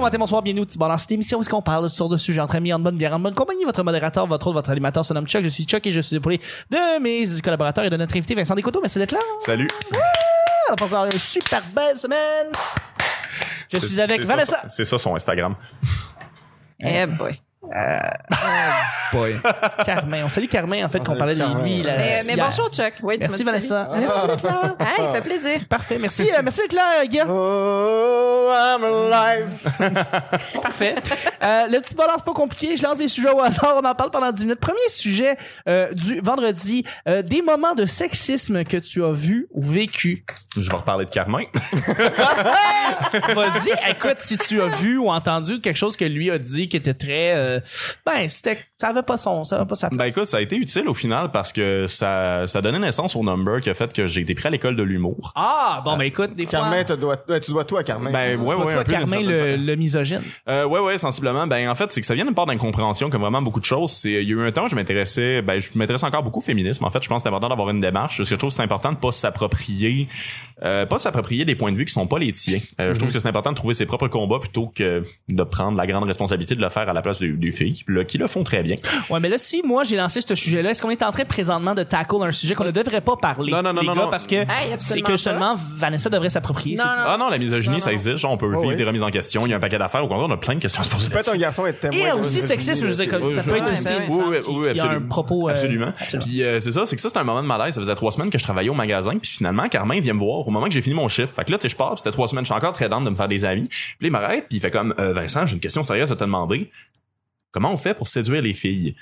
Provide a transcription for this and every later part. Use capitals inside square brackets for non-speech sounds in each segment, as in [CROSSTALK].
matin, bonsoir, bienvenue au petit bonheur. C'est une émission où est-ce qu'on parle de toutes sortes de sujets entre amis, en bonne bière, en bonne compagnie. Votre modérateur, votre autre, votre animateur se nomme Chuck. Je suis Chuck et je suis épaulé de mes collaborateurs et de notre invité Vincent Descoteaux. Merci d'être là. Ah, Salut. On a passé une super belle semaine. Je suis avec c'est ça, Vanessa. son- C'est ça son Instagram. Eh Euh, boy. Boy. [LAUGHS] Carmen. On salue Carmen, en fait, qu'on parlait de lui. la- Eh, Mais, mais hier. bonjour, Chuck. Oui, tu m'as Merci, dit Vanessa. Merci d'être là. salut. Ah, il fait plaisir. Parfait. Merci, euh, merci d'être là, Guy. Oh, I'm alive. Parfait. Euh, le petit bonheur, c'est pas compliqué. Je lance des sujets au hasard. On en parle pendant 10 minutes. Premier sujet euh, du vendredi. euh, des moments de sexisme que tu as vu ou vécu. Je vais reparler de Carmen. Vas-y, écoute, si tu as vu ou entendu quelque chose que lui a dit qui était très... euh, ben, c'était, ça avait pas son... Ça avait pas sa [LAUGHS] Ben écoute, ça a été utile au final parce que ça, ça donnait naissance au number qui a fait que j'ai été pris à l'école de l'humour. Ah, bon, ben écoute, des fois... Carmen, te dois- ouais, tu dois tout à Carmen. Ben ouais, tu vois, ouais, toi, un peu d'une Carmen, certaine le, façon. le misogyne. Euh, ouais, ouais, sensiblement. Ben, en fait, c'est que ça vient d'une part d'incompréhension, comme vraiment beaucoup de choses. C'est, il y a eu un temps, où je m'intéressais, ben, je m'intéresse encore beaucoup au féminisme. En fait, je pense que c'est important d'avoir une démarche. Parce que je trouve que c'est important de pas s'approprier, euh, pas s'approprier des points de vue qui sont pas les tiens. Euh, Je trouve que c'est important de trouver ses propres combats plutôt que de prendre la grande responsabilité de le faire à la place des, des filles, qui le- qui le font très bien. Ouais, mais là, si moi j'ai lancé ce sujet-là, est-ce qu'on est en train présentement de tackle un sujet qu'on ne devrait pas parler? Non, non, non, les non, gars, non. parce que absolument c'est que pas. seulement Vanessa devrait s'approprier. Non, c'est- Ah non. non, la misogynie, Non, ça non. existe. Genre, on peut Oh, vivre oui. des remises en question. Il y a un paquet d'affaires. Au contraire, on a plein de questions à se poser. Tu peux être un là-dessus. garçon et être témoin. Et d'une aussi misogynie, sexisme, je là. veux dire, comme Oui, ça je- peut être ouais, aussi ben une oui. femme Oui, oui, qui- oui, qui a un absolument. propos. euh, absolument. Puis euh, c'est ça, c'est que ça, c'est un moment de malaise. Ça faisait trois semaines que je travaillais au magasin. Puis finalement, Carmen vient me voir au moment que j'ai fini mon chiffre. Fait que là, tu sais, je pars. puis c'était trois semaines. Je suis encore très dente de me faire des amis. Puis là, il m'arrête. Puis il fait comme, Euh, Vincent, j'ai une question sérieuse à te demander. Comment on fait pour séduire les filles?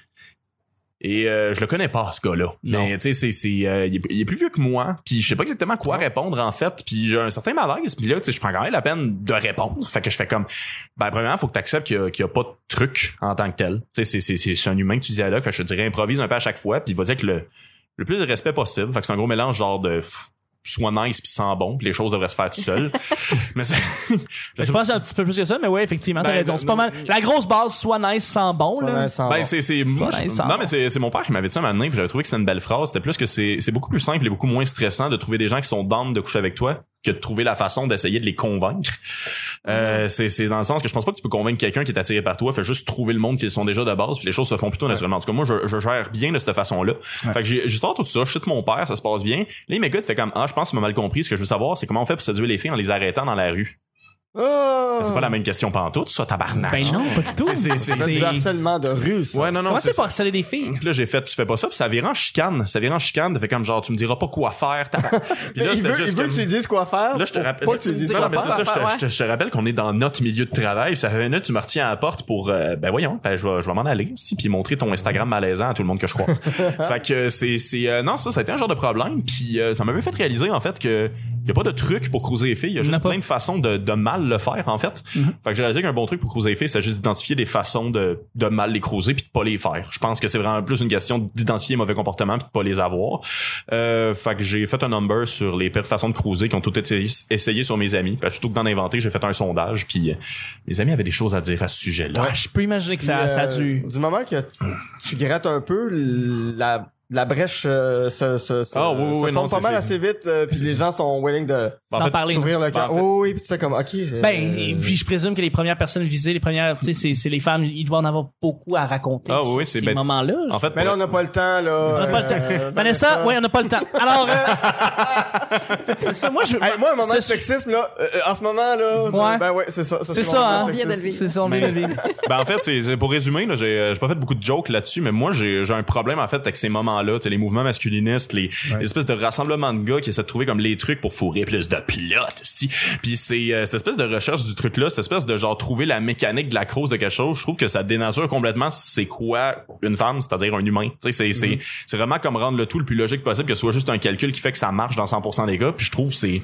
Et euh, je le connais pas ce gars-là. Mais tu sais, c'est c'est euh, il, est- il est plus vieux que moi. Puis je sais pas exactement quoi répondre en fait. Puis j'ai un certain malaise. Puis là, tu sais, je prends quand même la peine de répondre. Fait que je fais comme, ben premièrement, faut que tu acceptes qu'il y a, qu'il y a pas de truc en tant que tel. Tu sais, c'est c'est c'est- c'est un humain que tu dialogues. Fait que je te dirais improvise un peu à chaque fois. Puis il va dire que le le plus de respect possible. Fait que c'est un gros mélange genre de pff, sois nice puis sans bon. Puis les choses devraient se faire tout seul. mais c'est [LAUGHS] Je pense un petit peu plus que ça, mais ouais, effectivement, t'as Ben, raison. non, C'est pas mal. La grosse base, soit nice, sans bon, Ouais, là. sans- Ben, c'est, c'est, moi, Ouais, je- ça va. non, mais c'est, c'est mon père qui m'avait dit ça un moment donné, puis j'avais trouvé que c'était une belle phrase. C'était plus que c'est, c'est beaucoup plus simple et beaucoup moins stressant de trouver des gens qui sont dans de coucher avec toi que de trouver la façon d'essayer de les convaincre. Euh, c'est, c'est dans le sens que je pense pas que tu peux convaincre quelqu'un qui est attiré par toi. Fais juste trouver le monde qu'ils sont déjà de base, puis les choses se font plutôt naturellement. En tout cas, moi, je, je gère bien de cette façon-là. Fait que j'ai, j'ai sorti tout ça, je chute mon père, ça se passe bien. Là, il m'écoute, fait comme, ah, je pense qu'il m'a mal compris. Ce que je veux savoir, c'est comment on fait pour séduire les filles en les arrêtant dans la rue. Oh! C'est pas la même question pantoute, ça, tabarnak. Ah. Ben non, pas du tout. C'est- c'est- C'est du harcèlement de rue, ça. Ouais, non, non, Comment c'est c'est pas harceler des filles? Puis là, j'ai fait, tu fais pas ça, puis ça vire en chicane. Ça vire en chicane, ça fait comme genre, tu me diras pas quoi faire. [LAUGHS] tabarnak. puis là, il c'était veut, juste il veut comme- que tu lui dises quoi faire. Là, je te pour- rappelle. Pas que tu lui dises Non, quoi mais c'est faire. ça, je te, Ouais. je te- je te rappelle qu'on est dans notre milieu de travail. Ça fait une minute, tu me retiens à la porte pour, euh, ben voyons, ben, je vais, je vais m'en aller, esti, puis montrer ton Instagram malaisant à tout le monde que je [LAUGHS] croise. fait que c'est, c'est, euh, non, ça, ça a été un genre de problème, puis euh, ça m'avait fait réaliser, en fait, que y a pas de truc pour cruiser les filles. Y a Non, juste pas. plein de façons de, de mal le faire, en fait. Fait que j'ai réalisé qu'un bon truc pour cruiser les filles, c'est juste d'identifier des façons de, de mal les cruiser puis de pas les faire. Je pense que c'est vraiment plus une question d'identifier les mauvais comportements puis de pas les avoir. Euh, fait que j'ai fait un number sur les pires façons de cruiser qui ont tout essayé, essayé sur mes amis. Fait que plutôt que d'en inventer, j'ai fait un sondage puis euh, mes amis avaient des choses à dire à ce sujet-là. Ah, je peux imaginer que ça, Puis, ça a euh, dû. Du moment que tu grattes un peu, la, la brèche euh, se, se, se- Ah, oui, oui, se oui, forme non, pas c'est- mal c'est- assez vite, euh, puis les gens sont willing de d'en En fait, Ben, parler. s'ouvrir le cœur. en fait- Oh, oui, puis tu fais comme, OK. euh, Ben, et puis je présume que les premières personnes visées, les premières, tu sais, c'est- c'est les femmes, ils doivent en avoir beaucoup à raconter. Ah, oui, oui, sur c'est ces ben- moments-là. En fait, Mais là, on n'a pas le temps, là. Euh, On n'a pas le temps. Vanessa, oui, on n'a pas le temps. Alors, euh, c'est ça, moi, je. Bah, Hey, moi, un moment ce de su- sexisme, là, euh, euh, en ce moment, là, Ouais. ben ouais, c'est ça. C'est mon ça, moment hein. de On vient de sexisme. le vivre. C'est ça, on vient de le vivre. ben en fait, c'est c'est- pour résumer, là, j'ai euh, j'ai pas fait beaucoup de jokes là-dessus, mais moi j'ai j'ai un problème en fait avec ces moments-là, tu sais, les mouvements masculinistes, les, les espèces de rassemblements de gars qui essaient de trouver comme les trucs pour fourrer plus de pilotes, esti. Puis c'est euh, cette espèce de recherche du truc-là, cette espèce de genre trouver la mécanique de la crosse de quelque chose, je trouve que ça dénature complètement c'est quoi une femme, c'est-à-dire un humain. Tu sais, c'est c'est c'est vraiment comme rendre le tout le plus logique possible que ce soit juste un calcul qui fait que ça marche dans 100% des cas. Puis je trouve que c'est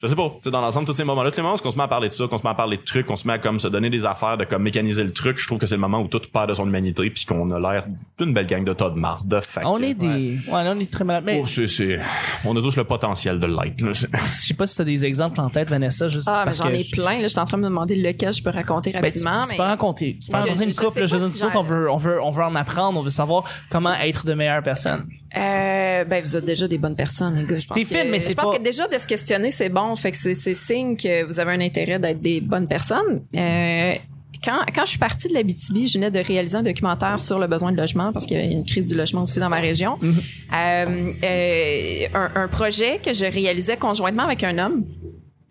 je sais pas, tu sais, dans l'ensemble, tous ces moments-là, tous les moments où on se met à parler de ça, qu'on se met à parler de trucs, qu'on se met à comme se donner des affaires, de comme mécaniser le truc, je trouve que c'est le moment où tout perd de son humanité puis qu'on a l'air d'une belle gang de tas de marde. Fait que- On est des. Ouais, là, on est très malade. Mais Oh, c'est, c'est- On a tous le potentiel de l'être. là. C'est- je sais pas si t'as des exemples en tête, Vanessa, juste Ah, mais parce j'en que. ai je- plein. Là, je suis en train de me demander lequel je peux raconter Ben, tu, rapidement. tu mais... peux raconter. Tu peux Ouais, raconter je- une je couple. sais Je pas veux dire, si nous autres, j'en- on veut, on, veut, on veut en apprendre. On veut savoir comment être de meilleures personnes. Euh, ben, vous êtes déjà des bonnes personnes, les gars. Je pense T'es que- fine, mais c'est Je pense pas- que déjà de se questionner, c'est bon. Fait que c'est c'est signe que vous avez un intérêt d'être des bonnes personnes. Euh, quand, quand je suis partie de la BTB, je venais de réaliser un documentaire sur le besoin de logement parce qu'il y a une crise du logement aussi dans ma région. Mm-hmm. Euh, euh, un, un projet que je réalisais conjointement avec un homme.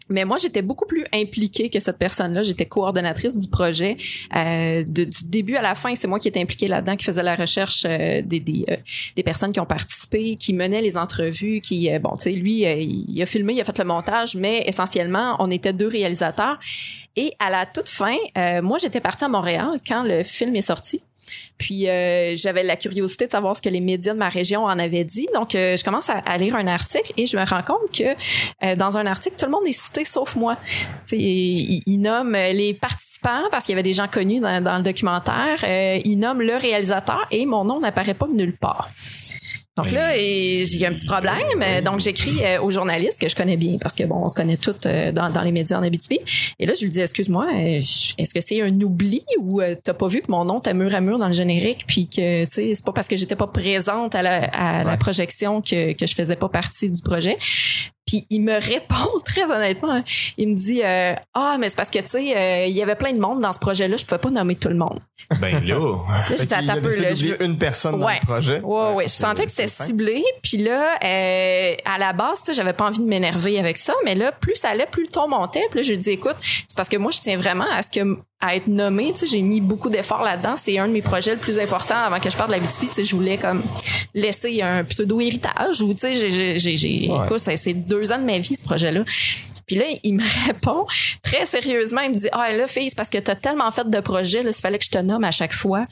Mais moi, j'étais beaucoup plus impliquée que cette personne-là. J'étais coordonnatrice du projet euh, de- du début à la fin. C'est moi qui étais impliquée là-dedans, qui faisais la recherche euh, des, des, euh, des personnes qui ont participé, qui menaient les entrevues, qui, euh, bon, tu sais, lui, euh, il a filmé, il a fait le montage, mais essentiellement, on était deux réalisateurs. Et à la toute fin, euh, moi, j'étais partie à Montréal quand le film est sorti. Puis euh, j'avais la curiosité de savoir ce que les médias de ma région en avaient dit. Donc euh, je commence à, à lire un article et je me rends compte que euh, dans un article, tout le monde est cité sauf moi. Tu sais, il, il nomme euh, les participants parce qu'il y avait des gens connus dans, dans le documentaire. Euh, il nomme le réalisateur et mon nom n'apparaît pas nulle part. Donc là, et j'ai eu un petit problème. Euh, Donc j'écris euh, au journaliste que je connais bien parce que bon, on se connaît toutes euh, dans, dans les médias en Abitibi. Et là, je lui dis, excuse-moi, euh, je- est-ce que c'est un oubli ou euh, t'as pas vu que mon nom était mur à mur dans le générique, puis que tu sais, c'est pas parce que j'étais pas présente à la, à la projection que, que je faisais pas partie du projet. Puis il me répond [LAUGHS] très honnêtement, hein. il me dit euh, ah mais c'est parce que tu sais euh, il y avait plein de monde dans ce projet-là, je pouvais pas nommer tout le monde. Ben [LAUGHS] là. Là j'étais à Il a taper décidé là, je d'oublier veux- une personne dans Ouais. le projet. Ouais, ouais, je sentais que c'était c'est fin. ciblé. Puis là, euh, à la base, tu sais, j'avais pas envie de m'énerver avec ça, mais là, plus ça allait, plus le ton montait. Puis là, je lui dis, écoute, c'est parce que moi, je tiens vraiment à ce que à être nommé. Tu sais, j'ai mis beaucoup d'efforts là-dedans. C'est un de mes projets le plus important avant que je parte de la BTP. Tu sais, je voulais comme laisser un pseudo héritage ou tu sais, j'ai, j'ai, j'ai, j'ai- Ouais. écoute, c'est- c'est deux ans de ma vie ce projet-là. Puis là, il me [LAUGHS] répond très sérieusement. Il me dit, ah là, fille, c'est parce que t'as tellement fait de projets, là, il fallait que je te nomme à chaque fois.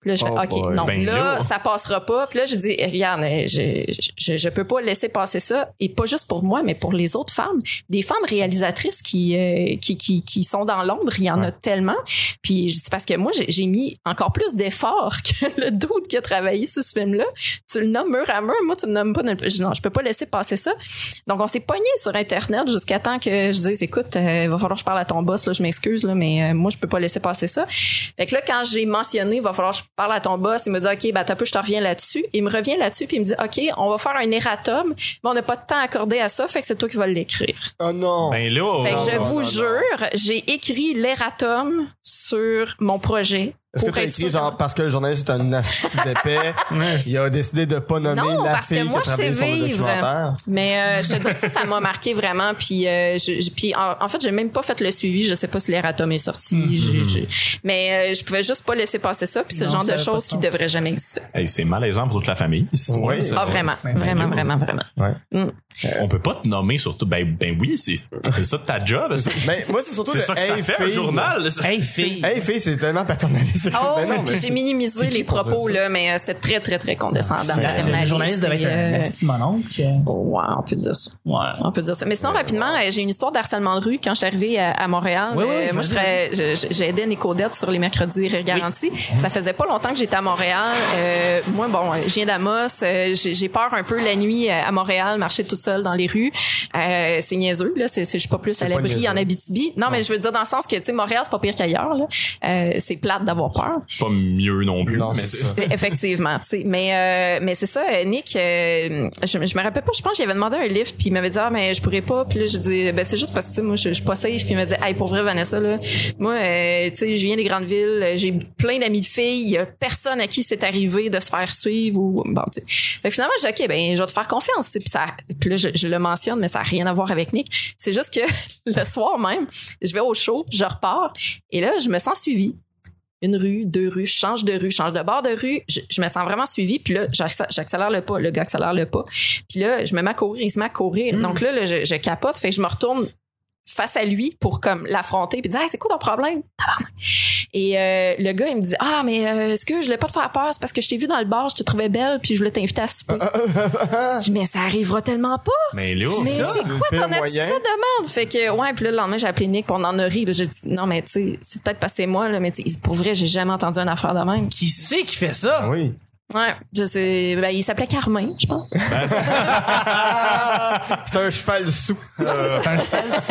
Puis là, je fais, Oh OK, boy. non, Ben là, là. ça passera pas. Puis là, je dis, eh, regarde, eh, je, je, je peux pas laisser passer ça. Et pas juste pour moi, mais pour les autres femmes. Des femmes réalisatrices qui, euh, qui, qui, qui sont dans l'ombre, il y en a tellement. Puis je dis, parce que moi, j'ai- j'ai mis encore plus d'efforts [LAUGHS] que le doute qui a travaillé sur ce film-là. Tu le nommes mur à mur. Moi, tu me nommes pas. nulle part. Je dis, non, je peux pas laisser passer ça. Donc, on s'est pogné sur Internet jusqu'à temps que je dise, écoute, euh, va falloir que je parle à ton boss, là, je m'excuse, là, mais euh, moi, je peux pas laisser passer ça. Fait que là, quand j'ai mentionné, va falloir que je parle à ton boss, il me dit, OK, ben, t'as peu, je te reviens là-dessus. Il me revient là-dessus, puis il me dit, OK, on va faire un erratum, mais on n'a pas de temps accordé à ça, fait que c'est toi qui vas l'écrire. Oh non! Ben là. Fait que je non, vous non, non. jure, j'ai écrit l'erratum sur mon projet. Est-ce que pour t'as être écrit sûr genre parce que le journaliste est [LAUGHS] un asti d'épais, il a décidé de pas nommer Non, la parce que fille moi, qui a je sais travaillé sur le vivre. documentaire? Mais euh, je te dis que ça, ça m'a marqué vraiment. Puis, euh, je, je- puis en, en fait, j'ai même pas fait le suivi. Je sais pas si l'erratum est sorti. J'ai- j'ai- mais euh, je pouvais juste pas laisser passer ça. Puis c'est le Mm-hmm. Non, genre ça de a pas choses de qui sens. devraient jamais exister. Hey, c'est malaisant pour toute la famille. cette histoire-là. Oui. Ça- Ah, vraiment, Ouais, vraiment, Ben, ouais. vraiment, vraiment. Ouais. Mm. On peut pas te nommer surtout. Ben, ben oui, c'est c'est ça ta job. C'est Mais Ben, moi, c'est surtout c'est le ça que ça hey, fait, un fille. journal. Hey, fille! Hey, fille, c'est tellement paternalisé. Oh, Ben non, mais j'ai c'est minimisé qui les pour dire propos, ça? là, mais euh, c'était très, très, très condescendant. C'est- paternaliste, le journaliste devait être un et, euh, esti de mon oncle. oh, ouais, on peut dire ça. Ouais. On peut dire ça. Mais sinon, rapidement, euh, j'ai une histoire d'harcèlement de rue quand je suis arrivée à, à Montréal. Oui, oui, euh, moi, vas-y, je travaillais- je- je- j'aidais Nicodette sur les mercredis rires garantis. Ça faisait pas longtemps que j'étais à Montréal. Euh, moi, bon, euh, je viens d'Amos. euh, j'ai j'ai peur un peu la nuit euh, à Montréal, marcher toute seule dans les rues. Euh, c'est niaiseux, là. C'est, c'est- je suis pas plus à pas l'abri niaiseux. en Abitibi. Non, mais je veux dire dans le sens que, tu sais, Montréal, c'est pas pire qu'ailleurs, là. Euh, c'est plate d'avoir peur. C'est pas mieux non plus. Non, mais c'est ça. [LAUGHS] Effectivement, tu sais. Mais, euh, mais c'est ça, euh, Nick, euh, je, je me rappelle pas, je pense que j'avais demandé un livre, puis il m'avait dit, ah, mais je pourrais pas. Puis là, j'ai dit, ben, c'est juste parce que, tu sais, moi, je je suis pas safe. Puis il m'a dit, hey, pour vrai, Vanessa, là, moi, euh, tu sais, je viens des grandes villes, euh, j'ai plein d'amis de filles, il y a personne à qui c'est arrivé de se faire suivre ou, bon, tu sais. Fait que finalement, j'ai dit, OK, ben, je vais te faire confiance, tu sais. Puis ça, puis là, je, je le mentionne, mais ça a rien à voir avec Nick. C'est juste que [LAUGHS] le soir même, je vais au show, je repars, et là, je me sens suivie une rue, deux rues, je change de rue, je change de bord de rue, je, je me sens vraiment suivie, puis là, j'acc- j'accélère le pas, le gars accélère le pas, puis là, je me mets à courir, il se met à courir, donc là, là, je, je capote, fait que je me retourne face à lui pour comme l'affronter, puis dire, Hey, c'est quoi ton problème? Tabarnak. Et euh, le gars, il me dit, ah, mais euh, est-ce que je voulais pas te faire peur, c'est parce que je t'ai vu dans le bar, je te trouvais belle, puis je voulais t'inviter à souper. Je dis, mais ça arrivera tellement pas. Mais là, Mais c'est ça, quoi c'est ton le attitude pire moyen. de merde? Fait que, ouais, puis là, le lendemain, j'ai appelé Nick, puis on en a ri. puis J'ai dit, non, mais tu sais, c'est peut-être parce que c'est moi, là, mais tu sais, pour vrai, j'ai jamais entendu une affaire de même. Qui c'est qui fait ça? Ah Oui. Ouais, je sais. Ben, il s'appelait Carmen, je pense. C'est un cheval sous. Ah. Euh, Non, c'est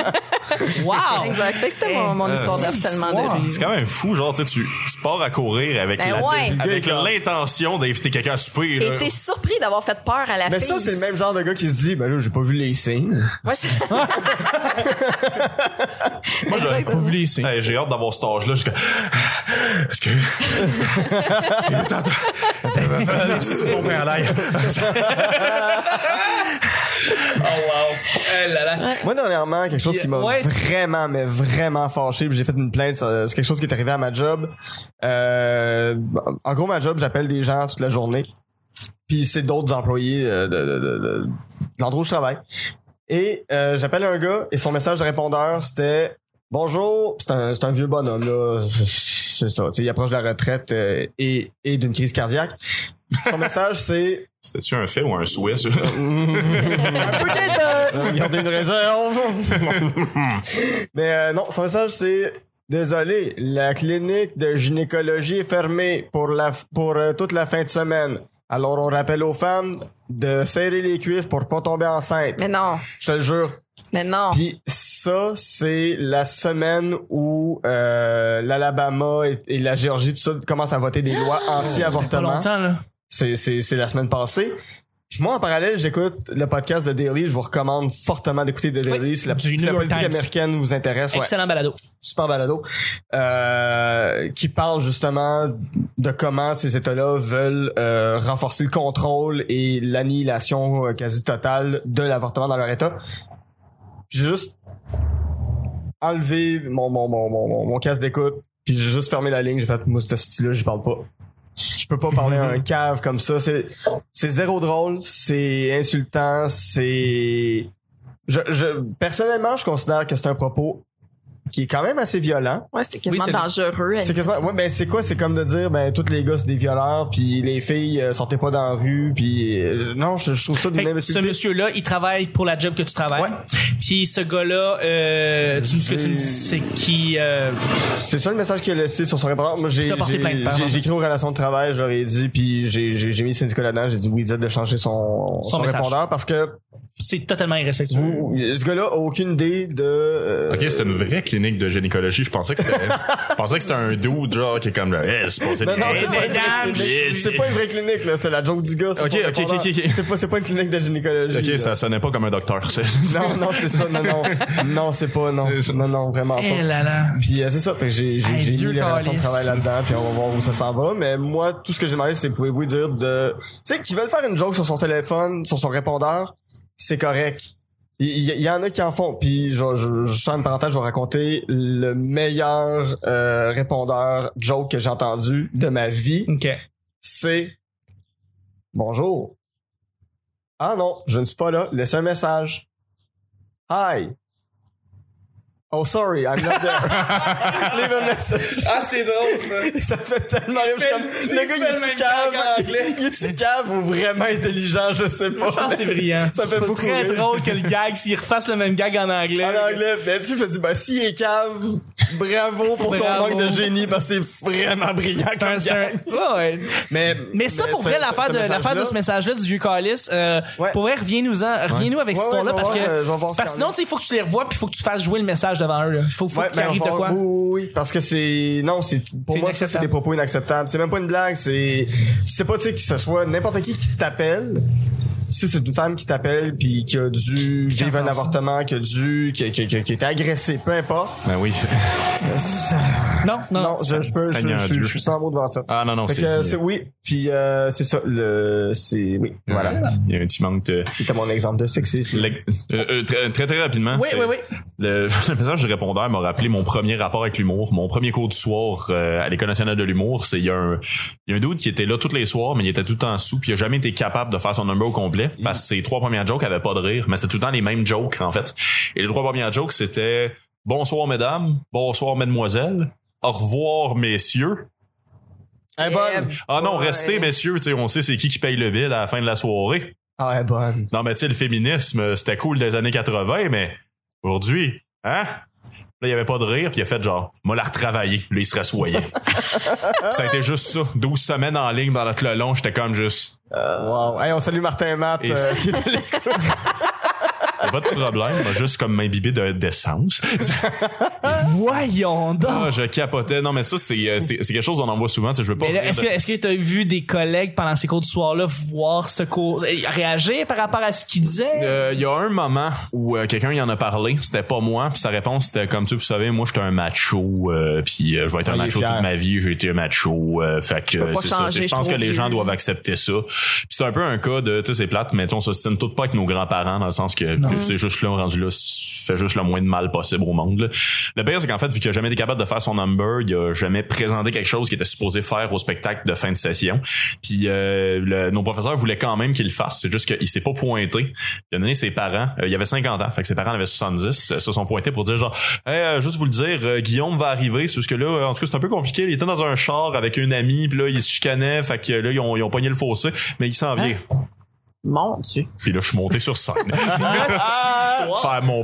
ça. Ah! Wow! [LAUGHS] Exact. Fait que c'était mon, mon Euh, histoire six d'harcèlement histoires. de rue. C'est quand même fou, genre, tu sais, tu tu pars à courir avec Ben la- ouais. avec l'intention d'inviter quelqu'un à souper. Et Là. t'es surpris d'avoir fait peur à la Mais fille. ça, c'est le même genre de gars qui se dit, ben là, j'ai pas vu les signes. Ouais, [LAUGHS] c'est- Moi, j'aurais pas voulu ici. Hey, J'ai hâte d'avoir cet âge-là. jusqu'à- [LAUGHS] Est-ce que. Est-ce que. T'as- t'as- t'as- Merci, mon père, à l'ail. Oh, Eh là là. Moi, dernièrement, quelque chose qui m'a Ouais. vraiment, mais vraiment fâché, puis j'ai fait une plainte, sur- euh, c'est quelque chose qui est arrivé à ma job. Euh, en gros, ma job, j'appelle des gens toute la journée. Puis c'est d'autres employés euh, de, de, de, de- de l'endroit où je travaille. Et euh, j'appelle un gars, et son message de répondeur, c'était « Bonjour ». C'est un, c'est un vieux bonhomme, là. C'est ça, tu sais, il approche de la retraite euh, et, et d'une crise cardiaque. Son message, c'est C'était-tu un fait ou un souhait, ça? Regardez une réserve. [LAUGHS] Mais euh, non, son message c'est désolé, la clinique de gynécologie est fermée pour la pour euh, toute la fin de semaine. Alors on rappelle aux femmes de serrer les cuisses pour pas tomber enceinte. Mais non. Je te le jure. Mais non. Puis ça, c'est la semaine où euh, l'Alabama et, et la Géorgie, tout ça, commencent à voter des lois Pas anti-avortement. longtemps, là. C'est, c'est, c'est la semaine passée. Puis moi, en parallèle, j'écoute le podcast de Daily. Je vous recommande fortement d'écouter The Daily. si la, du si New la York politique Times. américaine vous intéresse. Ouais, Excellent balado. super balado. Euh, qui parle justement de comment ces États-là veulent euh, renforcer le contrôle et l'annihilation euh, quasi totale de l'avortement dans leur État. Puis J'ai juste enlevé mon, mon, mon, mon, mon, mon casque d'écoute. Puis j'ai juste fermé la ligne. J'ai fait, moi, ce style-là, j'y parle pas. Je peux pas parler à un cave comme ça. C'est, c'est zéro drôle, c'est insultant, c'est. Je, je, personnellement, je considère que c'est un propos qui est quand même assez violent. Ouais, c'est quasiment Oui, c'est- dangereux. elle. C'est quasiment, ouais, ben c'est quoi C'est comme de dire, ben tous les gars c'est des violeurs, puis les filles euh, sortez pas dans la rue, puis euh, non, je, je trouve ça Fait d'une que ce imbécilité. monsieur-là, il travaille pour la job que tu travailles. Ouais. Puis ce gars-là, euh, tu, ce que tu me dis, c'est qui... euh, C'est ça le message qu'il a laissé sur son répondeur. Moi, j'ai T'as porté j'ai- plainte, par j'ai- exemple. j'ai écrit aux relations de travail, je leur ai dit, puis j'ai j'ai- j'ai mis le syndicat là-dedans. J'ai dit oui, dites de changer son, son, message. répondeur parce que c'est totalement irrespectueux. vous, ce gars-là a aucune idée de. euh, Ok, c'était une vraie clinique de gynécologie. Je pensais que c'était, je pensais que c'était un dude, genre, qui est comme, là, eh, c'est pas, c'est Non, non, Eh, c'est pas, une vraie mesdames, clinique. eh, C'est pas une vraie clinique, là. C'est la joke du gars. c'est Ok, son ok, répondeur. ok, ok, ok. C'est pas, c'est pas une clinique de gynécologie. là. Ok, ça sonnait pas comme un docteur, c'est- Non, non, c'est ça. Non, non. Non, c'est pas, non. C'est ça. Non, non, vraiment pas. Eh là là. Puis euh, c'est ça, fait que j'ai j'ai Hey, j'ai mis vieux les relations de calice. travail là-dedans, puis on va voir où ça s'en va. Mais moi, tout ce que j'ai demandé, c'est pouvez-vous dire de, tu sais, qu'ils veulent faire une joke sur son téléphone, sur son répondeur, c'est correct. Il il- il y, en a qui en font. Puis je je, je fais une parenthèse, je vais raconter le meilleur euh, répondeur joke que j'ai entendu de ma vie. OK. C'est bonjour. Ah non, je ne suis pas là. Laissez un message. Hi. Oh sorry, I'm not there. [LAUGHS] Leave a message. Ah, c'est drôle, ça. Ça fait tellement rire. Je suis comme, le gars, il Il fait le est-tu même gag en cave? anglais. Il est-tu cave ou vraiment intelligent? Je sais pas. Je pense que Ah, c'est brillant. Ça fait C'est beaucoup très rire. drôle que le gag, s'il refasse le même gag en anglais. En anglais, ben, tu sais, je me dis, ben, s'il est cave, bravo pour Bravo. ton manque de génie, parce que c'est vraiment brillant C'est un- comme c'est un- gag. Ouais, ouais. Mais, Mais ça, pour ce- vrai, ce- l'affaire ce de, l'affaire de message-là- ce message-là du vieux Calis, euh, Ouais. pour vrai, reviens-nous-en, reviens-nous avec Ouais, cette ouais, histoire-là je vais parce voir, euh, je vais que, voir ce parce que qu'il y sinon, en a. tu sais, il faut que tu les revois puis il faut que tu fasses jouer le message devant eux, là. Il faut, faut Ouais, qu'il ben, arrive de enfin, quoi. Oui, oui, oui, parce que c'est non, c'est pour C'est moi ça c'est inacceptable. des propos inacceptables. C'est même pas une blague, c'est je sais pas tu sais que ce soit n'importe qui qui t'appelle. Si c'est une femme qui t'appelle puis qui a dû vivre un entend ça. avortement, qui a dû qui, qui, qui, qui a été agressée, peu importe. Ben oui, c'est- Ça- Non, non. non, je, je peux, je, Seigneur je- Dieu. je suis sans mots devant ça. Ah, non, non, Fait c'est, que, c'est oui, puis euh, c'est ça le c'est oui, voilà. Il y a un petit manque de, C'était mon exemple de sexisme. Le- euh, euh, très, très très rapidement. Oui, c'est- oui, oui. Le, [LAUGHS] le message du répondeur m'a rappelé mon premier rapport avec l'humour. Mon premier cours du soir euh, à l'école nationale de l'humour, c'est il y a un il y a un dude qui était là tous les soirs, mais il était tout le temps sous, puis il a jamais été capable de faire son number au complet Mm. parce que ses trois premières jokes avaient pas de rire, mais c'était tout le temps les mêmes jokes en fait. Et les trois premières jokes c'était bonsoir mesdames, bonsoir mesdemoiselles, au revoir messieurs. Elle est bonne. Eh, Ah non, Ouais. restez messieurs, tu sais, on sait c'est qui qui paye le bill à la fin de la soirée. Ah, elle est bonne. Non, mais tu sais, le féminisme, euh, c'était cool des années 80, mais aujourd'hui, hein? Là, il y avait pas de rire, puis il a fait genre, moi la retravailler. Là, il se rassoyait. Puis ça a été juste ça. 12 semaines en ligne dans notre le long, j'étais comme juste, euh, Wow. Hey, on salue Martin et Matt. Et euh, c'est- qui est allé- y a pas de problème, moi, juste comme m'imbibé de- d'essence. Voyons donc. Ah, je capotais. Non, mais ça, c'est, euh, c'est, c'est quelque chose qu'on en voit souvent. Tu sais, je veux pas. Mais là, rire est-ce de- que est-ce que t'as vu des collègues pendant ces cours du soir-là voir ce cours euh, réagir par rapport à ce qu'ils disaient? Euh, Il y a un moment où euh, quelqu'un y en a parlé, c'était pas moi, puis sa réponse c'était comme tu vous savez, moi j'étais un macho, euh, puis euh, je vais être Ah, un il est macho fier. toute ma vie, j'ai été un macho, euh, fait que peux pas c'est ça. changer, tu sais, Je je pense que trouve les gens vieux. doivent accepter ça. Puis c'est un peu un cas de, tu sais, c'est plate, mais tu sais, on s'ostine tout pas avec nos grands-parents dans le sens que c'est juste là, rendu là, fait juste le moins de mal possible au monde. là. Le pire c'est qu'en fait vu qu'il a jamais été capable de faire son number, il a jamais présenté quelque chose qu'il était supposé faire au spectacle de fin de session. Puis euh, le- nos professeurs voulaient quand même qu'il le fasse, c'est juste qu'il s'est pas pointé. Il a donné ses parents, euh, il avait 50 ans, fait que ses parents en avaient 70, euh, se sont pointés pour dire genre Hey, euh, juste vous le dire, euh, Guillaume va arriver, c'est parce que là euh, en tout cas c'est un peu compliqué, il était dans un char avec une amie, puis là il se chicanait, fait que euh, là ils ont, ils ont pogné le fossé, mais il s'en vient. Hein? Mon Dieu. Puis là je suis monté [LAUGHS] sur scène. Ah, [LAUGHS] Faire mon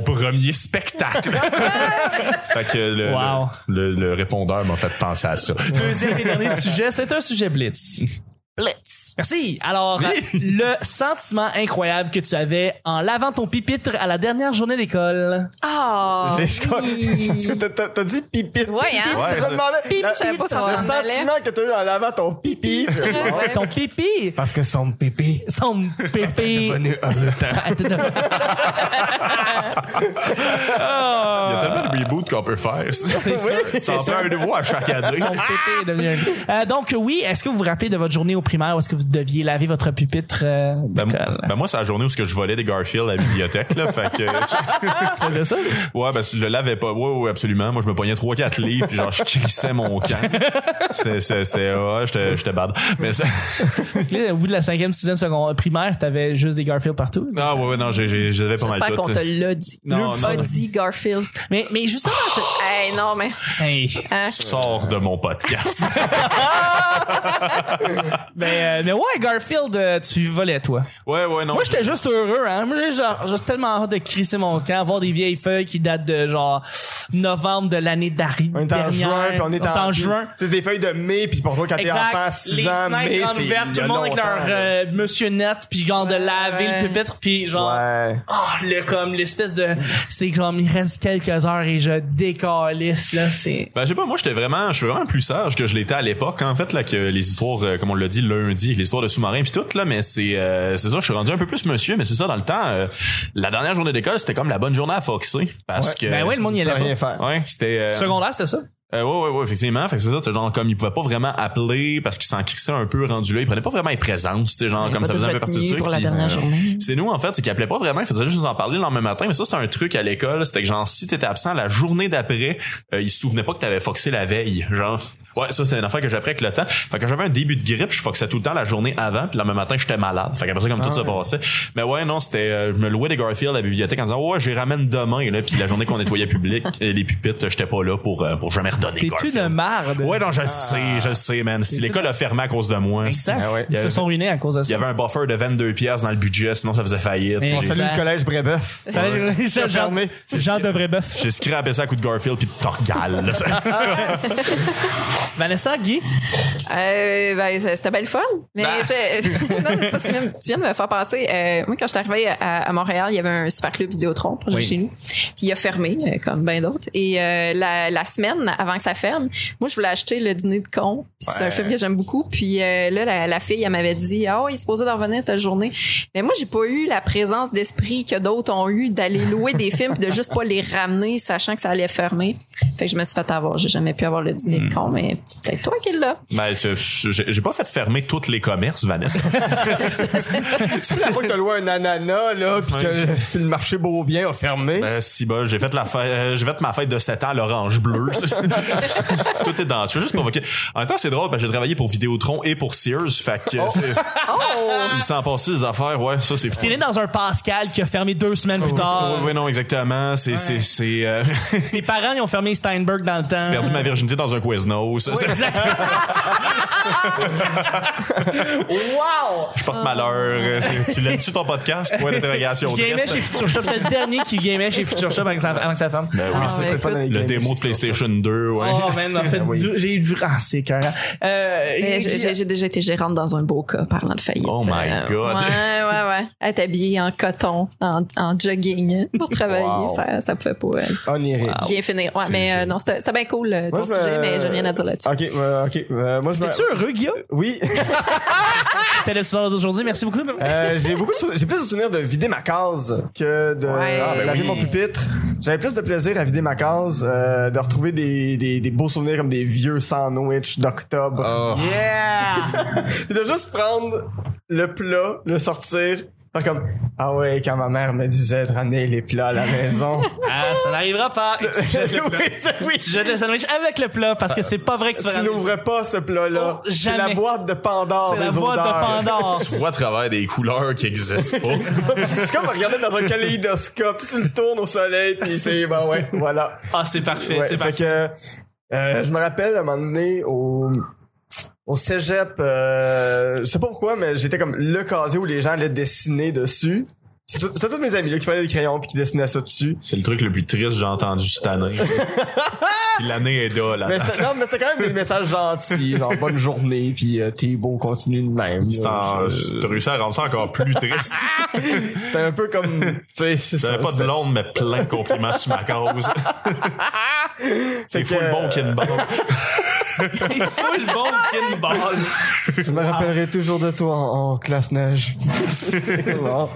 [LAUGHS] premier spectacle. fait que le, Wow. le, le- le répondeur m'a fait penser à ça. Deuxième et [LAUGHS] dernier sujet, c'est un sujet blitz. Blitz. Merci. Alors, euh, le sentiment incroyable que tu avais en lavant ton pipitre à la dernière journée d'école. Ah. J'ai- je crois- [LAUGHS] oui. T'as- T'as t'as dit pipi. Ouais, hein? Ouais, Je me ça- demandais- Pipi, la- je savais pas ça Le s'en allait. sentiment que t'as eu en lavant ton pipi. Ouais. Ton pipi, [LAUGHS] Parce que son pipi [LAUGHS] son pipi. en le temps. Il y a tellement de reboots qu'on peut faire. C'est ça. Ça en fait un nouveau à chaque année. Son pipi est devenu un- Euh, donc oui, est-ce que vous vous rappelez de votre journée au primaire où est-ce que vous deviez laver votre pupitre euh, Ben, d'école? ben, moi, c'est la journée où ce que je volais des Garfield à la bibliothèque, là. fait [LAUGHS] que, tu faisais Ah, [LAUGHS] ça? ouais, ben, je le lavais pas. Ouais, ouais, absolument. Moi, je me poignais 3-4 livres, puis genre, je crissais mon camp. C'était, c'était, c'était- ouais, j'étais, j'étais bad. Mais ça, [LAUGHS] Là, au bout de la cinquième, sixième seconde euh, primaire, t'avais juste des Garfield partout. ah, ouais, ouais, non, j'ai, j'ai, j'avais pas mal J'espère tout. qu'on te l'a dit. Non, Le non, non. Fuzzy Garfield. Ah, Mais, mais [LAUGHS] justement, c'est- Hey, non, mais. Hey. hein. Sors de mon podcast. [LAUGHS] Mais, euh, mais ouais, Garfield, euh, tu volais, toi. Ouais, ouais, non. Moi, j'étais juste heureux, hein. Moi, j'ai genre, juste tellement hâte de crisser mon camp, voir des vieilles feuilles qui datent de genre novembre de l'année d'arrivée. On est en juin, puis on est en, juin. C'est des feuilles de mai, puis pour toi, quand t'es enfant, Exact. 6 Les ans, mai, fenêtres c'est grandes vertes, il y tout a le monde avec leur longtemps, là. euh, monsieur net, puis genre de laver ouais. le pupitre, puis genre. Ouais. Ah, le comme l'espèce de c'est comme il reste quelques heures et je décalisse là c'est Ben, je sais pas, moi, j'étais vraiment, je suis vraiment plus sage que je l'étais à l'époque, en fait, là, que les histoires, euh, comme on l'a dit lundi, les histoires de sous-marins pis tout, là, mais c'est, euh, c'est ça, je suis rendu un peu plus monsieur, mais c'est ça, dans le temps, euh, la dernière journée d'école, c'était comme la bonne journée à foxer, parce que... ben ouais le monde y Tu peux allait rien pas faire. Ouais, c'était. euh, secondaire c'est ça euh, ouais, ouais, ouais, effectivement. Fait que c'est ça, t'sais, genre, comme il pouvait pas vraiment appeler parce qu'il s'en crissait un peu rendu là. Il prenait pas vraiment les présences, c'était genre, Il comme a ça pas faisait tout un peu fait partie mieux du truc. pour la puis, dernière euh, journée. C'est nous, en fait, c'est qu'il appelait pas vraiment, il faisait juste nous en parler le lendemain matin. Mais ça, c'était un truc à l'école, c'était que genre, si t'étais absent la journée d'après, euh, il se souvenait pas que t'avais foxé la veille. Genre, ouais, ça, c'était une affaire que j'apprenais avec le temps. Fait que quand j'avais un début de grippe, je foxais tout le temps la journée avant, puis le lendemain matin, j'étais malade. Fait qu'après ça, comme tout se passait. Mais Ah ouais, non, c'était, euh, je me louais des Garfield à la bibliothèque en disant, ouais, j'y ramène demain, là, puis la journée qu'on nettoyait public, [LAUGHS] euh, les pupitres, j'étais pas là pour, euh, pour jamais redonner t'es Garfield. une marde Ouais, non, je le sais, je le sais, man. Si l'école a fermé à cause Ah. de moi, exact Ah ouais. Hein? ils se sont ruinés à cause de il y ça avait un buffer de 22 pièces dans le budget, sinon ça faisait faillite. Mais On J'ai- salue Ça- le collège Brébeuf. Ça, j'ai- j'ai- a fermé. Jean, Jean de Brébeuf. J'ai scrappé ça à coup de Garfield puis de Torgal. là. [LAUGHS] Vanessa, Guy, Euh, ben, c'est- c'était belle fun. Mais je- non, mais c'est [LAUGHS] parce que tu viens, tu viens de me faire penser. euh, moi, quand je suis arrivée à, à Montréal, il y avait un super club Vidéotron proche de chez nous. Puis il a fermé, euh, comme bien d'autres. Et euh, la, la semaine avant que ça ferme, moi, je voulais acheter le dîner de con. Puis c'est un film que j'aime beaucoup. Puis euh, là, la, la fille, elle m'avait dit Ah, oh, il est supposé de revenir telle journée. Mais moi, j'ai pas eu la présence d'esprit que d'autres ont eu d'aller louer des films puis de juste pas les ramener, sachant que ça allait fermer. Fait que je me suis fait avoir. J'ai jamais pu avoir le dîner de con, mais c'est peut-être toi qui l'as. ben, je- j'ai j'ai pas fait fermer tous les commerces, [LAUGHS] Vanessa. C'est la fois que t'as loué un ananas, là, puis que le marché beau bien a fermé. Euh, si bah, j'ai fait la fête, euh, j'ai fait ma fête de 7 ans à l'orange bleu. [LAUGHS] Tout est dans. Je veux juste provoquer. En même temps, c'est drôle parce que j'ai travaillé pour Vidéotron et pour Sears. Fait que Oh. c'est- il s'en passe des affaires. Ouais, ça c'est. t'es né dans un Pascal qui a fermé deux semaines plus Oui, tard. oui, non, exactement. C'est, c'est, c'est, euh, Tes parents, ils ont fermé Steinberg dans le temps. perdu ma virginité dans un Quiznos. ça. Oui, exactement. [LAUGHS] wow! Je porte malheur. euh, c'est- Tu l'aimes-tu ton podcast? Point d'interrogation. Je Tout le gamais reste, chez Future Shop. C'était le dernier qui gamait chez Future Shop avant que sa, avant que sa femme. Ben oui, Ah, c'est ouais. ça. C'est le fun avec Le la démo musique, de PlayStation 2, ouais. Oh, man, en fait, Oui. deux- j'ai eu le Ah, c'est cœur. Euh, Mais Ben, j'ai- J'ai j'ai déjà été gérante dans un beau cas, parlant de faillite. Euh, Oh my God. ouais, ouais, ouais. Être habillée en coton, en, en jogging pour travailler, Wow. ça, ça pouvait pas euh, Onirique. bien finir. Ouais, C'est mais euh, génial. non, c'était c'était bien cool euh, ton Moi, je me- sujet, mais j'ai rien à dire là-dessus. Ok, euh, ok. euh, moi, je me... T'es-tu heureux, Guillaume? Oui. [LAUGHS] C'était le soir d'aujourd'hui. Merci beaucoup. Euh, j'ai beaucoup de sou- j'ai plus de souvenirs de vider ma case que de Ouais. Ah, ben laver oui. mon pupitre. J'avais plus de plaisir à vider ma case, euh, de retrouver des, des, des beaux souvenirs comme des vieux sandwichs d'octobre. Oh. [LAUGHS] Yeah! Puis [LAUGHS] de juste prendre le plat, le sortir, faire comme ah ouais quand ma mère me disait de ramener les plats à la maison. ah, ça n'arrivera pas. Euh, Et [LAUGHS] tu jettes le plat. [LAUGHS] oui, ça- oui. Tu jettes le sandwich avec le plat parce que c'est pas vrai que tu vas Tu ramener- n'ouvres pas ce plat-là. Oh, C'est la jamais. boîte de Pandore C'est la des voix de odeurs. [LAUGHS] Pandore. Tu vois à travers des couleurs qui existent pas. C'est comme regarder dans [LAUGHS] un kaléidoscope. Tu sais, tu le tournes au soleil, puis c'est ben ouais, voilà. Ah, c'est parfait, Ouais, c'est fait parfait. que euh, je me rappelle à un moment donné au au cégep, euh, je sais pas pourquoi, mais j'étais comme le casier où les gens allaient dessiner dessus. C'est tout- C'était tous mes amis là, qui prenaient des crayons puis qui dessinaient ça dessus. C'est le truc le plus triste que j'ai entendu cette année. Puis l'année est là. là. Mais c'était non, mais c'était quand même des messages gentils, genre bonne journée puis euh, t'es beau, continue de même. C'est Euh, en- je- T'as réussi à rendre ça encore plus triste. C'était un peu [LAUGHS] comme, tu sais, c'est ça. J'avais pas de c'est- blonde, mais plein de compliments sur [LAUGHS] ma cause. Fait C'est fou que, le bon qu'il y ait une blonde. Il faut le bon Ken Ball. Je me Ah. rappellerai toujours de toi en, en [LAUGHS] classe neige. Bon.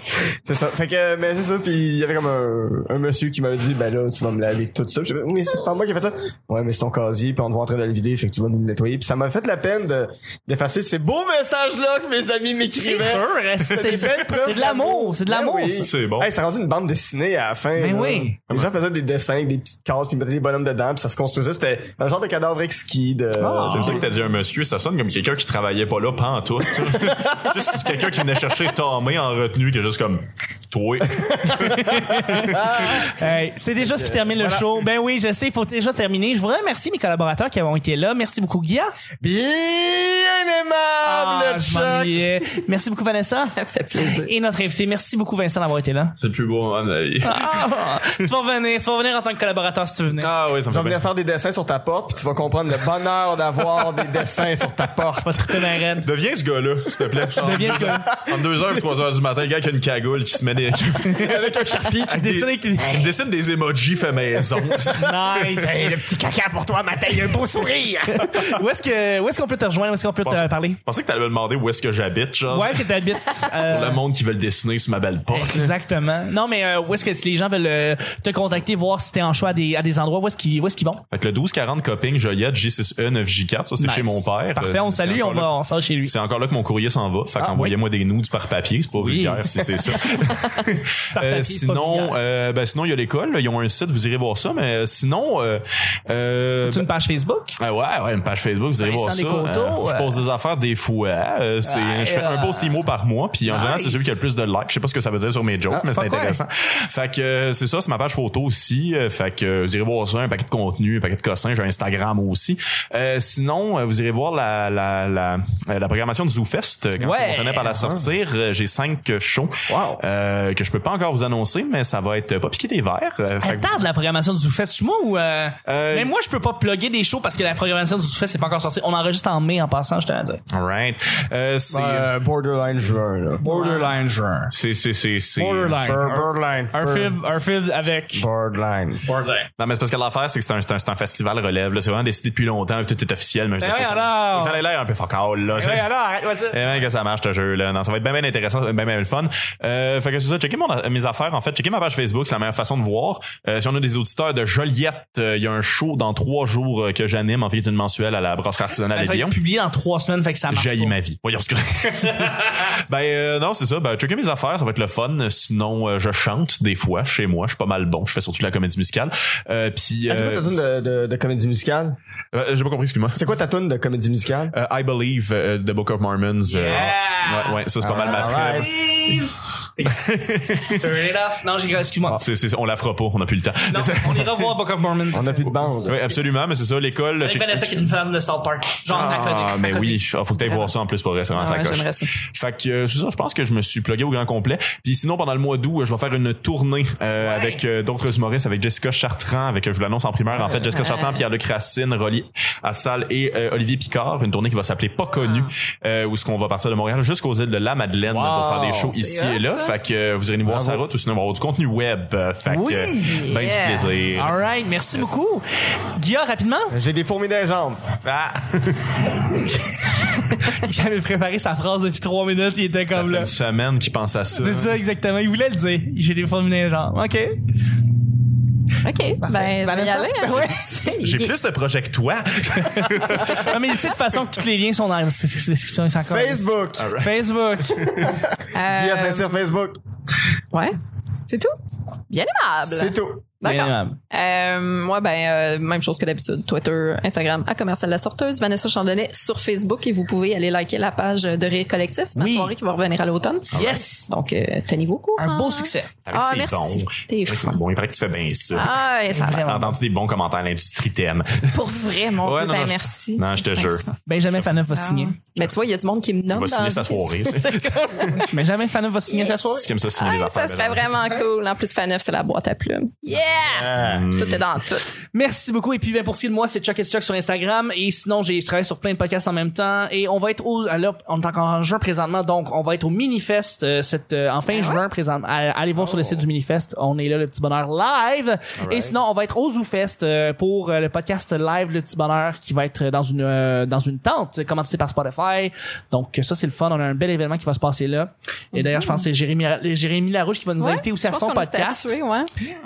c'est ça. Fait que, euh, mais c'est ça. Puis il y avait comme un, un monsieur qui m'a dit, ben là, tu vas me laver tout ça. Puis j'ai fait, mais c'est pas moi qui ai fait ça. Ouais, mais c'est ton casier. Puis on te voit en train de le vider. Fait que tu vas nous le nettoyer. Puis ça m'a fait la peine de, d'effacer ces beaux messages-là que mes amis C'est m'écrivaient. sûr, C'était c'est des belles preuves c'est de l'amour, c'est de l'amour. Ben oui. ça. C'est bon. Hey, ça a rendu une bande dessinée à la fin. Ben là. oui. Les gens faisaient des dessins avec des petites cases, puis ils mettaient des bonhommes dedans, puis ça se construisait. C'était un genre de cadavre exquis de... Ah. Euh, J'aime ça que t'as dit un monsieur, ça sonne comme quelqu'un qui travaillait pas là, pas en tout. [LAUGHS] juste quelqu'un qui venait chercher Tommy en retenue, qui est juste comme, toi. Hey, c'est déjà ce qui termine le show. Ben oui, je sais, il faut déjà terminer. Je voudrais remercier mes collaborateurs qui ont été là. Merci beaucoup, Guilla. Bien aimable, Ah, je Chuck! m'ennuyais. Merci beaucoup, Vanessa. [LAUGHS] Ça fait plaisir. Et notre invité, merci beaucoup, Vincent, d'avoir été là. C'est le plus beau moment de ma vie. [LAUGHS] Ah, tu vas revenir, tu vas revenir en tant que collaborateur si tu veux venir. Ah oui, ça me fait Je vais venir plaisir. faire des dessins sur ta porte, puis tu vas comprendre le bonheur d'avoir des dessins sur ta porte. Tu vas triper dans la reine. Deviens ce gars-là, s'il te plaît. [LAUGHS] Ah. Deviens ce gars. Entre 2h et 3h du matin, le gars qui a une cagoule qui se met des. [LAUGHS] Avec un charpie qui Dessine avec les- Il dessine des emojis fait maison. Nice. Hey, le petit caca pour toi, matin, il y a un beau sourire! [LAUGHS] Où est-ce que, où est-ce qu'on peut te rejoindre? Où est-ce qu'on peut te Pense- euh, parler? Je pensais que t'allais me demander où est-ce que j'habite, genre. Ouais, Eh. que [LAUGHS] t'habites. Pour Euh, le monde qui veut le dessiner sur ma belle porte. exactement. Non, mais euh, où est-ce que si les gens veulent euh, te contacter, voir si t'es en choix à des, à des endroits, où est-ce qu'ils, où est-ce qu'ils vont? Fait que le 1240 Coping Joliette E J6E 9J4, ça c'est Nice. chez mon père. euh, Parfait, on le C'est salue, encore on là- va, on s'en va chez lui. C'est encore là que mon courrier s'en va. Ah, Fait qu'envoyez-moi des nudes par papier, c'est pas vulgaire si [LAUGHS] c'est ça. Par Euh, papier, c'est pas sinon, vulgaire. euh, ben, sinon il y a l'école, là, ils ont un site, vous irez voir ça. Mais euh, sinon, euh, euh, tu as une page Facebook? Ah ouais, ouais, une page Facebook, vous allez Vincent voir ça. Descoteaux, Euh, je pose des affaires des fois. Euh, c'est, Ah, je fais un euh, post IMO par mois, puis en général, c'est celui qui a le plus de likes. Je sais pas ce que ça veut dire sur mes jokes, mais c'est fuck ouais. intéressant. Fait que euh, c'est ça, c'est ma page photo aussi. Euh, Fait que euh, vous irez voir ça, un paquet de contenu, un paquet de cossins, j'ai un Instagram aussi. Euh, sinon, euh, vous irez voir la, la, la, euh, la programmation de ZooFest euh, quand Ouais. on venait par la sortir. Euh, J'ai cinq euh, shows Wow. euh, que je peux pas encore vous annoncer, mais ça va être euh, pas piqué des verres. Euh, fait que Attends de la programmation du Zoufest, tu moi ou euh... Euh, Mais moi je peux pas plugger des shows parce que la programmation du Zoufest c'est pas encore sorti. On enregistre en mai en passant, je te l'ai dit. vous- Alright. Euh, c'est, Euh, borderline juin, là. Borderline genre. c'est, c'est, c'est, c'est- Borderline. avec Borderline. Borderline. Non, mais c'est parce que l'affaire, c'est que c'est un, c'est un, c'est un festival relève. là. C'est vraiment décidé depuis longtemps. Tout est officiel. Mais Ben je trouve oui, ça- alors! Ça a l'air un peu fuck all, là. Ouais, alors arrête-moi ça. Eh ben, que ça marche, ce jeu-là. Non, ça va être bien, bien intéressant, bien, bien le fun. Euh, fait que c'est ça. Checkez mon, mes affaires, en fait. Checkez ma page Facebook. C'est la meilleure façon de voir. Euh, si on a des auditeurs de Joliette, euh, il y a un show dans trois jours euh, que j'anime. En fait, une mensuelle à la brasserie artisanale Ah, Ça de va Lyon. être publié dans trois semaines, fait que ça marche. Jaillit pas. ma vie. Voyons ce que. [LAUGHS] ben euh, non, c'est ça. Ben checker mes affaires, ça va être le fun. Sinon, euh, je chante des fois chez moi. Je suis pas mal bon. Je fais surtout de la comédie musicale. Euh, puis. Ah, c'est quoi ta euh, tune de, de, de comédie musicale? euh, J'ai pas compris, excuse-moi. C'est quoi ta tune de comédie musicale? Euh, I Believe euh, The Book of Mormons. euh, Yeah! Ah, ouais, ouais, ça c'est pas mal ma Alright. preuve. [LAUGHS] Turn it off. Non, j'ai excuse-moi. C'est- c'est- on la fera pas, on n'a plus le temps. Non, Mais c'est- on ira voir Book of Mormon. On a plus de bande. Oui, absolument, mais c'est ça, l'école. Avec check- Vanessa qui est une fan de South Park. Genre, à Ah, côté. mais oui, ah, faut que t'ailles voir ça en plus pour rester dans Ah sa ouais, coche. j'aimerais ça. Fait que euh, c'est ça, je pense que je me suis plugué au grand complet. Puis sinon, pendant le mois d'août, euh, je vais faire une tournée euh, avec euh, d'autres humoristes, avec Jessica Chartrand, avec euh, je vous l'annonce en primeur, en fait, Jessica Chartrand, Pierre-Luc Racine, Rolly Assal et euh, Olivier Picard, une tournée qui va s'appeler Pas connu, Ah. euh, où ce qu'on va partir de Montréal jusqu'aux îles de la Madeleine Wow. pour faire des shows C'est ici hot, et là. ça. Fait que euh, vous irez nous voir Bravo. sur la route ou sinon on va avoir du contenu web. Euh, fait que Oui. euh, ben Yeah. du plaisir. All right, merci beaucoup. Guillaume, rapidement, J'ai des fourmis dans les jambes. Ah, [LAUGHS] il avait préparé sa phrase depuis trois minutes, il était ça comme fait là. une semaine qui pense à ça. C'est ça, exactement. Il voulait le dire. J'ai déformé genre. OK. OK. Ben, je vais y Vanessa? aller. hein. [LAUGHS] Il- J'ai il- plus de projets que toi. Non, mais c'est de toute façon que tous les liens sont dans la c'est- c'est- c'est- description. c'est encore- Facebook. Facebook. euh, Guy à Saint-Cyr, Facebook. Ouais. C'est tout? Bien aimable. C'est tout. Bien D'accord. aimable. Euh, moi, ben, euh, même chose que d'habitude. Twitter, Instagram, à Commercial La Sorteuse, Vanessa Chandelet sur Facebook et vous pouvez aller liker la page de Rire Collectif, ma Oui. soirée qui va revenir à l'automne. Yes. Donc, euh, tenez-vous au courant. Un beau succès. Avec Ah, ses merci. dons. T'es Avec ses fin. dons. Il paraît que tu fais bien ça. Ah, et ça va. Vraiment. T'as entendu des bons commentaires, l'industrie t'aime. Pour vrai, mon Ouais, Dieu, non, ben non, je- merci. Non, je te C'est jure. fin, ça. Benjamin Faneuf va signer. Ben, tu vois, il y a du monde qui me nomme. Il va signer sa dans la soirée. vie. C'est Benjamin Faneuf va signer sa soirée. c'est comme ça, signer Ah, les ça affaires. serait Benjamin. vraiment cool. En plus, Faneuf, c'est la boîte à plumes. Yeah! Hum. Tout est dans tout. Merci beaucoup. Et puis, ben, pour ce qui est de moi, c'est Chuck et Chuck sur Instagram. Et sinon, j'ai, je travaille sur plein de podcasts en même temps. Et on va être au, ah, là, on est encore en juin présentement. Donc, on va être au Minifest, euh, cette, euh, en fin juin présentement. À- Allez voir sur Oh. le site du Minifest. On est là, le petit bonheur live. Et sinon, on va être au ZooFest, euh, pour euh, le podcast live, le petit bonheur, qui va être dans une, euh, dans une tente, commandité par Spotify. Donc, ça, c'est le fun. On a un bel événement qui va se passer là. Et d'ailleurs, je pense que c'est Jérémy, Jérémy Larouche qui va nous Mhm. Ouais, inviter aussi je à pense son qu'on s'est podcast. habitués, ouais.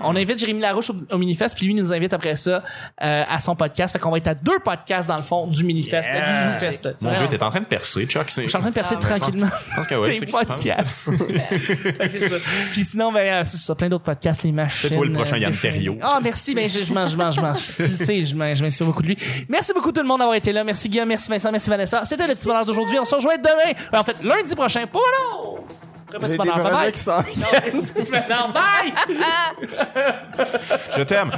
On invite Jérémy Larouche au, au Minifest, puis lui nous invite après ça euh, à son podcast. Fait qu'on va être à deux podcasts dans le fond du Minifest, Yeah. du ZooFest. C'est Mon vraiment- Dieu, t'es en train de percer, Chuck. je suis en train de percer Ah, ouais. tranquillement. Je pense que ouais, les c'est ce qui se passe. podcasts. [LAUGHS] Fait que c'est ça. Puis sinon, ben, euh, c'est ça, plein d'autres podcasts, les machines. toi le prochain euh, Yann des- Terriot. Ah, merci, ben, je, je mange, je mange, je mange. Tu le sais, je, m'in- je m'inspire beaucoup de lui. Merci beaucoup tout le monde d'avoir été là. Merci Guillaume, merci Vincent, merci Vanessa. C'était le petit bonheur d'aujourd'hui. On se rejoint demain. Ben, en fait, lundi prochain. Pour l'autre. Très J'ai petit des bonheur. Bye [LAUGHS] brevets bye. qui sortent. Non, mais c'est- non, bye! Je t'aime.